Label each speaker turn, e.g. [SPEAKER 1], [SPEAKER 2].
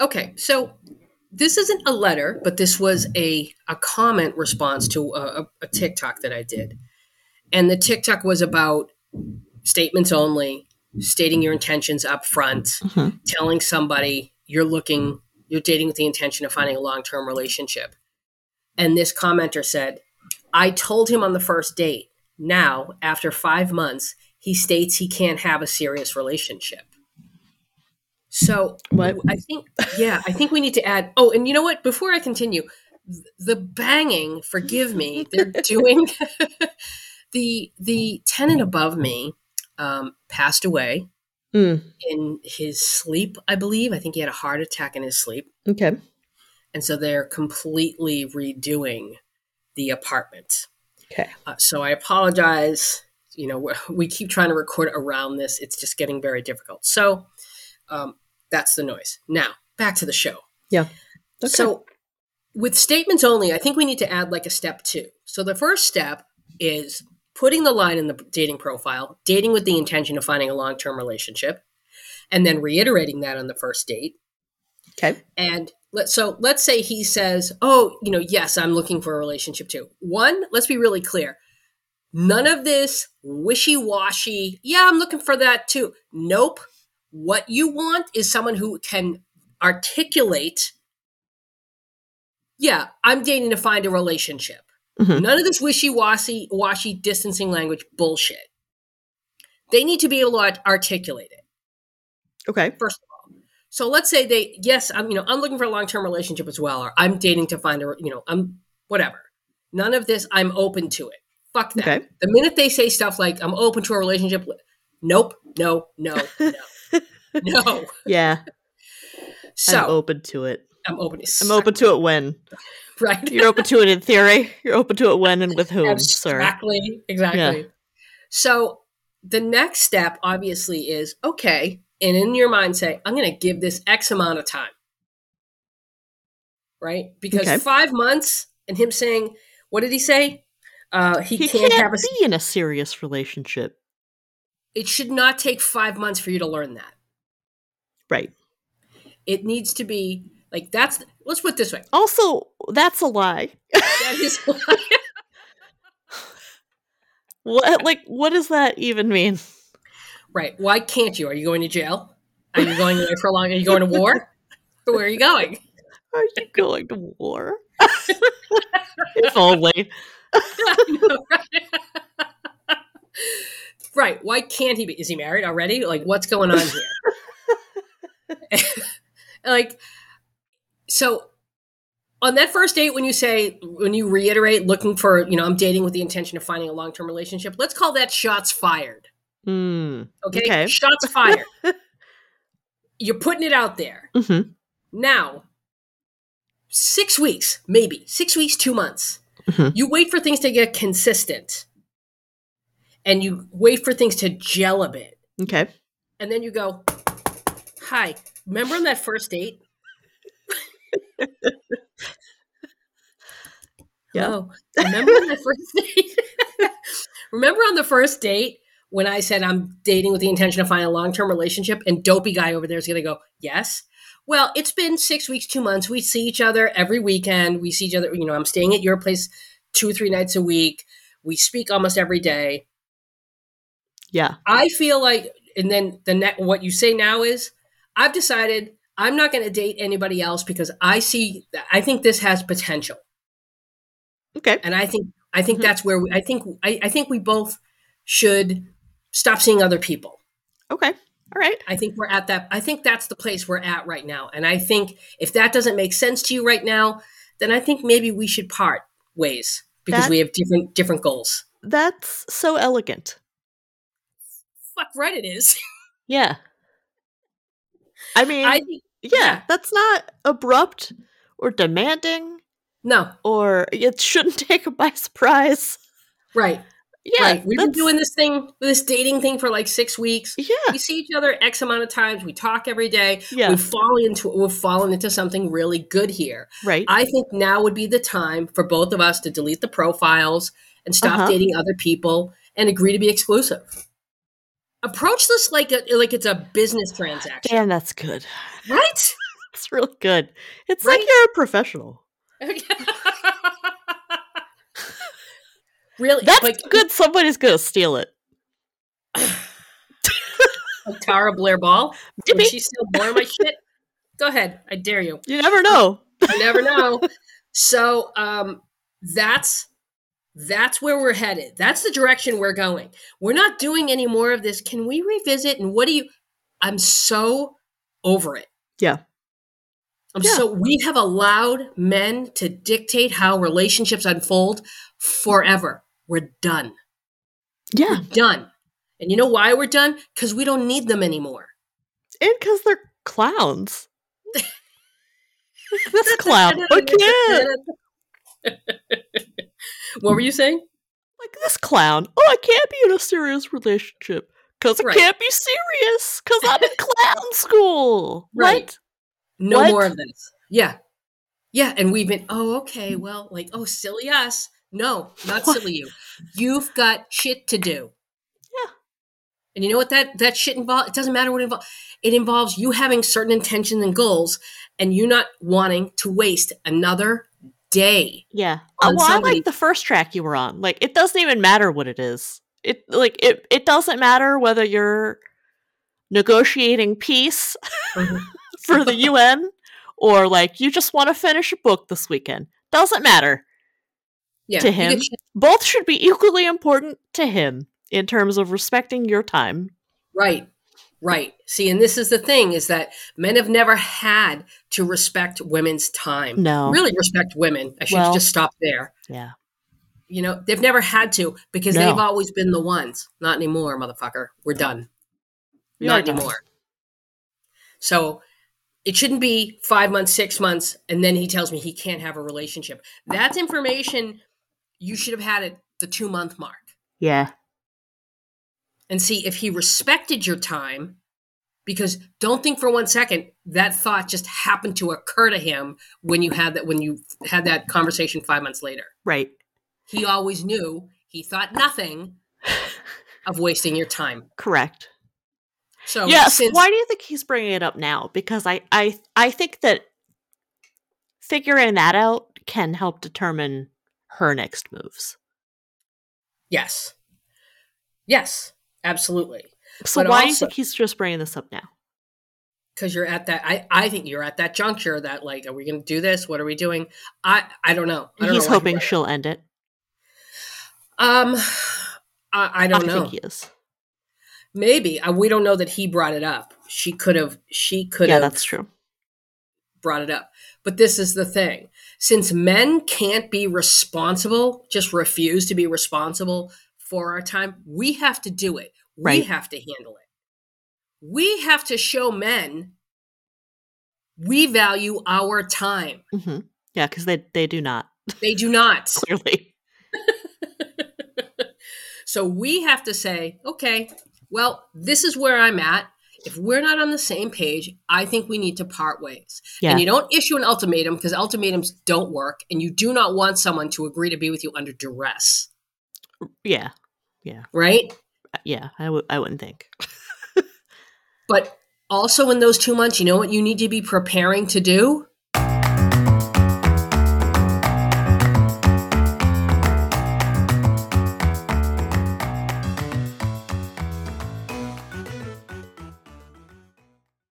[SPEAKER 1] Okay, so this isn't a letter, but this was a, a comment response to a, a TikTok that I did. And the TikTok was about statements only, stating your intentions up front,
[SPEAKER 2] Mhm.
[SPEAKER 1] telling somebody you're looking, you're dating with the intention of finding a long term relationship. And this commenter said, I told him on the first date. Now, after five months, he states he can't have a serious relationship. So
[SPEAKER 2] What?
[SPEAKER 1] I think, yeah, I think we need to add. Oh, and you know what? Before I continue, th- the banging, forgive me, they're doing the the tenant above me um, passed away
[SPEAKER 2] Mm,
[SPEAKER 1] in his sleep, I believe. I think he had a heart attack in his sleep.
[SPEAKER 2] okay.
[SPEAKER 1] And so they're completely redoing the apartment.
[SPEAKER 2] Okay.
[SPEAKER 1] Uh, so I apologize. You know, we- we keep trying to record around this, it's just getting very difficult. So um, that's the noise. Now, back to the show.
[SPEAKER 2] Okay.
[SPEAKER 1] So, with statements only, I think we need to add like a step two. So, the first step is putting the line in the dating profile, dating with the intention of finding a long term relationship, and then reiterating that on the first date.
[SPEAKER 2] okay.
[SPEAKER 1] And let, so, let's say he says, Oh, you know, yes, I'm looking for a relationship too. One, let's be really clear. None of this wishy washy, yeah, I'm looking for that too. Nope. What you want is someone who can articulate yeah, I'm dating to find a relationship.
[SPEAKER 2] Mhm.
[SPEAKER 1] None of this wishy washy, washy distancing language bullshit. They need to be able to art- articulate it.
[SPEAKER 2] Okay.
[SPEAKER 1] So let's say they, yes, I'm, you know, I'm looking for a long term relationship as well, or I'm dating to find a, re- you know, I'm whatever. None of this. I'm open to it. Fuck that.
[SPEAKER 2] Okay.
[SPEAKER 1] The minute they say stuff like I'm open to a relationship, nope, no, no, no, no.
[SPEAKER 2] Yeah.
[SPEAKER 1] So
[SPEAKER 2] I'm open to it.
[SPEAKER 1] I'm open. To
[SPEAKER 2] I'm open to it when.
[SPEAKER 1] Right.
[SPEAKER 2] You're open to it in theory. You're open to it when and with whom, sir.
[SPEAKER 1] Exactly. Exactly. So the next step obviously is okay, and in your mind say, I'm gonna give this X amount of time. Right? Because
[SPEAKER 2] Okay.
[SPEAKER 1] five months and him saying, what did he say? Uh, he,
[SPEAKER 2] He
[SPEAKER 1] can't,
[SPEAKER 2] can't
[SPEAKER 1] have a. s-
[SPEAKER 2] be in a serious relationship.
[SPEAKER 1] It should not take five months for you to learn that.
[SPEAKER 2] Right.
[SPEAKER 1] It needs to be like that's. Let's put it this way.
[SPEAKER 2] Also, that's a lie.
[SPEAKER 1] That is
[SPEAKER 2] What like what does that even mean?
[SPEAKER 1] right. Why can't you? Are you going to jail? Are you going away for long? Are you going to war? Where are you going?
[SPEAKER 2] Are you going to war? if only.
[SPEAKER 1] right. Why can't he be? Is he married already? Like, what's going on here? like, so on that first date, when you say, when you reiterate looking for, you know, I'm dating with the intention of finding a long term relationship, let's call that shots fired.
[SPEAKER 2] Hmm.
[SPEAKER 1] Okay.
[SPEAKER 2] Okay.
[SPEAKER 1] Shots fired. You're putting it out there.
[SPEAKER 2] hmm
[SPEAKER 1] Now, six weeks, maybe six weeks, two months.
[SPEAKER 2] Mhm.
[SPEAKER 1] You wait for things to get consistent and you wait for things to gel a bit.
[SPEAKER 2] Okay.
[SPEAKER 1] And then you go, Hi, remember on that first date?
[SPEAKER 2] Yeah.
[SPEAKER 1] Oh, remember on that first date? remember on the first date when I said I'm dating with the intention of finding a long term relationship and dopey guy over there is going to go, Yes. Well, it's been six weeks, two months. We see each other every weekend. We see each other, you know, I'm staying at your place two, three nights a week. We speak almost every day.
[SPEAKER 2] Yeah.
[SPEAKER 1] I feel like, and then the net, what you say now is, I've decided I'm not going to date anybody else because I see, I think this has potential,
[SPEAKER 2] Okay.
[SPEAKER 1] and I think, I think
[SPEAKER 2] Mhm.
[SPEAKER 1] that's where we, I think, I, I think we both should stop seeing other people.
[SPEAKER 2] Okay. All right.
[SPEAKER 1] I think we're at that. I think that's the place we're at right now, and I think if that doesn't make sense to you right now, then I think maybe we should part ways because
[SPEAKER 2] That-
[SPEAKER 1] we have different different goals.
[SPEAKER 2] That's so elegant.
[SPEAKER 1] Fuck right, it is.
[SPEAKER 2] Yeah. I mean,
[SPEAKER 1] I think
[SPEAKER 2] yeah,
[SPEAKER 1] yeah.
[SPEAKER 2] that's not abrupt or demanding
[SPEAKER 1] no,
[SPEAKER 2] or it shouldn't take them by surprise.
[SPEAKER 1] right.
[SPEAKER 2] Yeah.
[SPEAKER 1] right. We've been
[SPEAKER 2] that's-
[SPEAKER 1] doing this thing, this dating thing for like six weeks.
[SPEAKER 2] Yeah.
[SPEAKER 1] We see each other X amount of times. We talk every day.
[SPEAKER 2] Yeah.
[SPEAKER 1] We've fallen into we've fallen into something really good here.
[SPEAKER 2] Right.
[SPEAKER 1] I think now would be the time for both of us to delete the profiles and stop
[SPEAKER 2] Uh-huh.
[SPEAKER 1] dating other people and agree to be exclusive. Approach this like a, like it's a business transaction,
[SPEAKER 2] Damn, that's good.
[SPEAKER 1] right?
[SPEAKER 2] It's really good. It's
[SPEAKER 1] Right?
[SPEAKER 2] like you're a professional.
[SPEAKER 1] really?
[SPEAKER 2] That's
[SPEAKER 1] like,
[SPEAKER 2] good. Somebody's gonna steal it.
[SPEAKER 1] like Tara Blair Ball?
[SPEAKER 2] Jimmy,
[SPEAKER 1] She's still born my shit? Go ahead. I dare you.
[SPEAKER 2] you never know.
[SPEAKER 1] You never know. so um, that's that's where we're headed. That's the direction we're going. We're not doing any more of this. Can we revisit? And what do you? I'm so over it.
[SPEAKER 2] Yeah.
[SPEAKER 1] I'm
[SPEAKER 2] Yeah.
[SPEAKER 1] so we have allowed men to dictate how relationships unfold forever. We're done.
[SPEAKER 2] Yeah,
[SPEAKER 1] Done. And you know why we're done? Because we don't need them anymore.
[SPEAKER 2] and because they're clowns. this clown. Okay.
[SPEAKER 1] what were you saying?
[SPEAKER 2] like this clown. Oh, I can't be in a serious relationship because I
[SPEAKER 1] Right.
[SPEAKER 2] can't be serious because I'm in clown school.
[SPEAKER 1] Right.
[SPEAKER 2] Right.
[SPEAKER 1] No
[SPEAKER 2] What?
[SPEAKER 1] more of this. Yeah. Yeah. And we've been, oh, okay. Well, like, oh, silly us. No, not
[SPEAKER 2] What?
[SPEAKER 1] silly you. You've got shit to do.
[SPEAKER 2] Yeah.
[SPEAKER 1] And you know what that, that shit involves? It doesn't matter what it involves. It involves you having certain intentions and goals and you not wanting to waste another day.
[SPEAKER 2] Yeah.
[SPEAKER 1] On
[SPEAKER 2] well, I
[SPEAKER 1] somebody-
[SPEAKER 2] like the first track you were on. Like, it doesn't even matter what it is. It like it. It doesn't matter whether you're negotiating peace Mm-hmm. for the UN or like you just want to finish a book this weekend. Doesn't matter.
[SPEAKER 1] Yeah.
[SPEAKER 2] To
[SPEAKER 1] you get
[SPEAKER 2] him?
[SPEAKER 1] shit-
[SPEAKER 2] Both should be equally important to him in terms of respecting your time.
[SPEAKER 1] Right. Right. See, and this is the thing is that men have never had to respect women's time.
[SPEAKER 2] No.
[SPEAKER 1] Really respect women. I should
[SPEAKER 2] Well-
[SPEAKER 1] just stop there.
[SPEAKER 2] Yeah.
[SPEAKER 1] You know, they've never had to because
[SPEAKER 2] No.
[SPEAKER 1] they've always been the ones. Not anymore, motherfucker. We're done.
[SPEAKER 2] We are
[SPEAKER 1] Not
[SPEAKER 2] done.
[SPEAKER 1] anymore. So it shouldn't be five months, six months, and then he tells me he can't have a relationship. That's information you should have had at the two month mark
[SPEAKER 2] Yeah.
[SPEAKER 1] and see if he respected your time. Because don't think for one second that thought just happened to occur to him when you had that when you had that conversation five months later.
[SPEAKER 2] Right.
[SPEAKER 1] He always knew he thought nothing of wasting your time.
[SPEAKER 2] Correct.
[SPEAKER 1] So
[SPEAKER 2] yes.
[SPEAKER 1] Oh, since-
[SPEAKER 2] Why do you think he's bringing it up now? Because I, I, I think that figuring that out can help determine her next moves.
[SPEAKER 1] yes, yes, absolutely.
[SPEAKER 2] So
[SPEAKER 1] But
[SPEAKER 2] why do you
[SPEAKER 1] also-
[SPEAKER 2] think he's just bringing this up now?
[SPEAKER 1] Because you're at that. I I think you're at that juncture that like, are we going to do this? What are we doing? I I don't know. I don't
[SPEAKER 2] He's
[SPEAKER 1] know why he
[SPEAKER 2] hoping
[SPEAKER 1] brought it
[SPEAKER 2] she'll end it.
[SPEAKER 1] up. Um, I, I don't
[SPEAKER 2] I
[SPEAKER 1] know.
[SPEAKER 2] think he is.
[SPEAKER 1] Maybe uh, we don't know that he brought it up. She could have. She could
[SPEAKER 2] yeah,
[SPEAKER 1] have
[SPEAKER 2] that's true.
[SPEAKER 1] brought it up. But this is the thing: since men can't be responsible, just refuse to be responsible for our time, we have to do it. We
[SPEAKER 2] Right.
[SPEAKER 1] have to handle it. We have to show men we value our time.
[SPEAKER 2] hmm Yeah, because they they do not
[SPEAKER 1] They do not.
[SPEAKER 2] clearly.
[SPEAKER 1] So we have to say, okay, well, this is where I'm at. If we're not on the same page, I think we need to part ways.
[SPEAKER 2] Yeah.
[SPEAKER 1] And you don't issue an ultimatum because ultimatums don't work, and you do not want someone to agree to be with you under duress,
[SPEAKER 2] Yeah,
[SPEAKER 1] right?
[SPEAKER 2] yeah. I w- I wouldn't think.
[SPEAKER 1] But also in those two months, you know what you need to be preparing to do?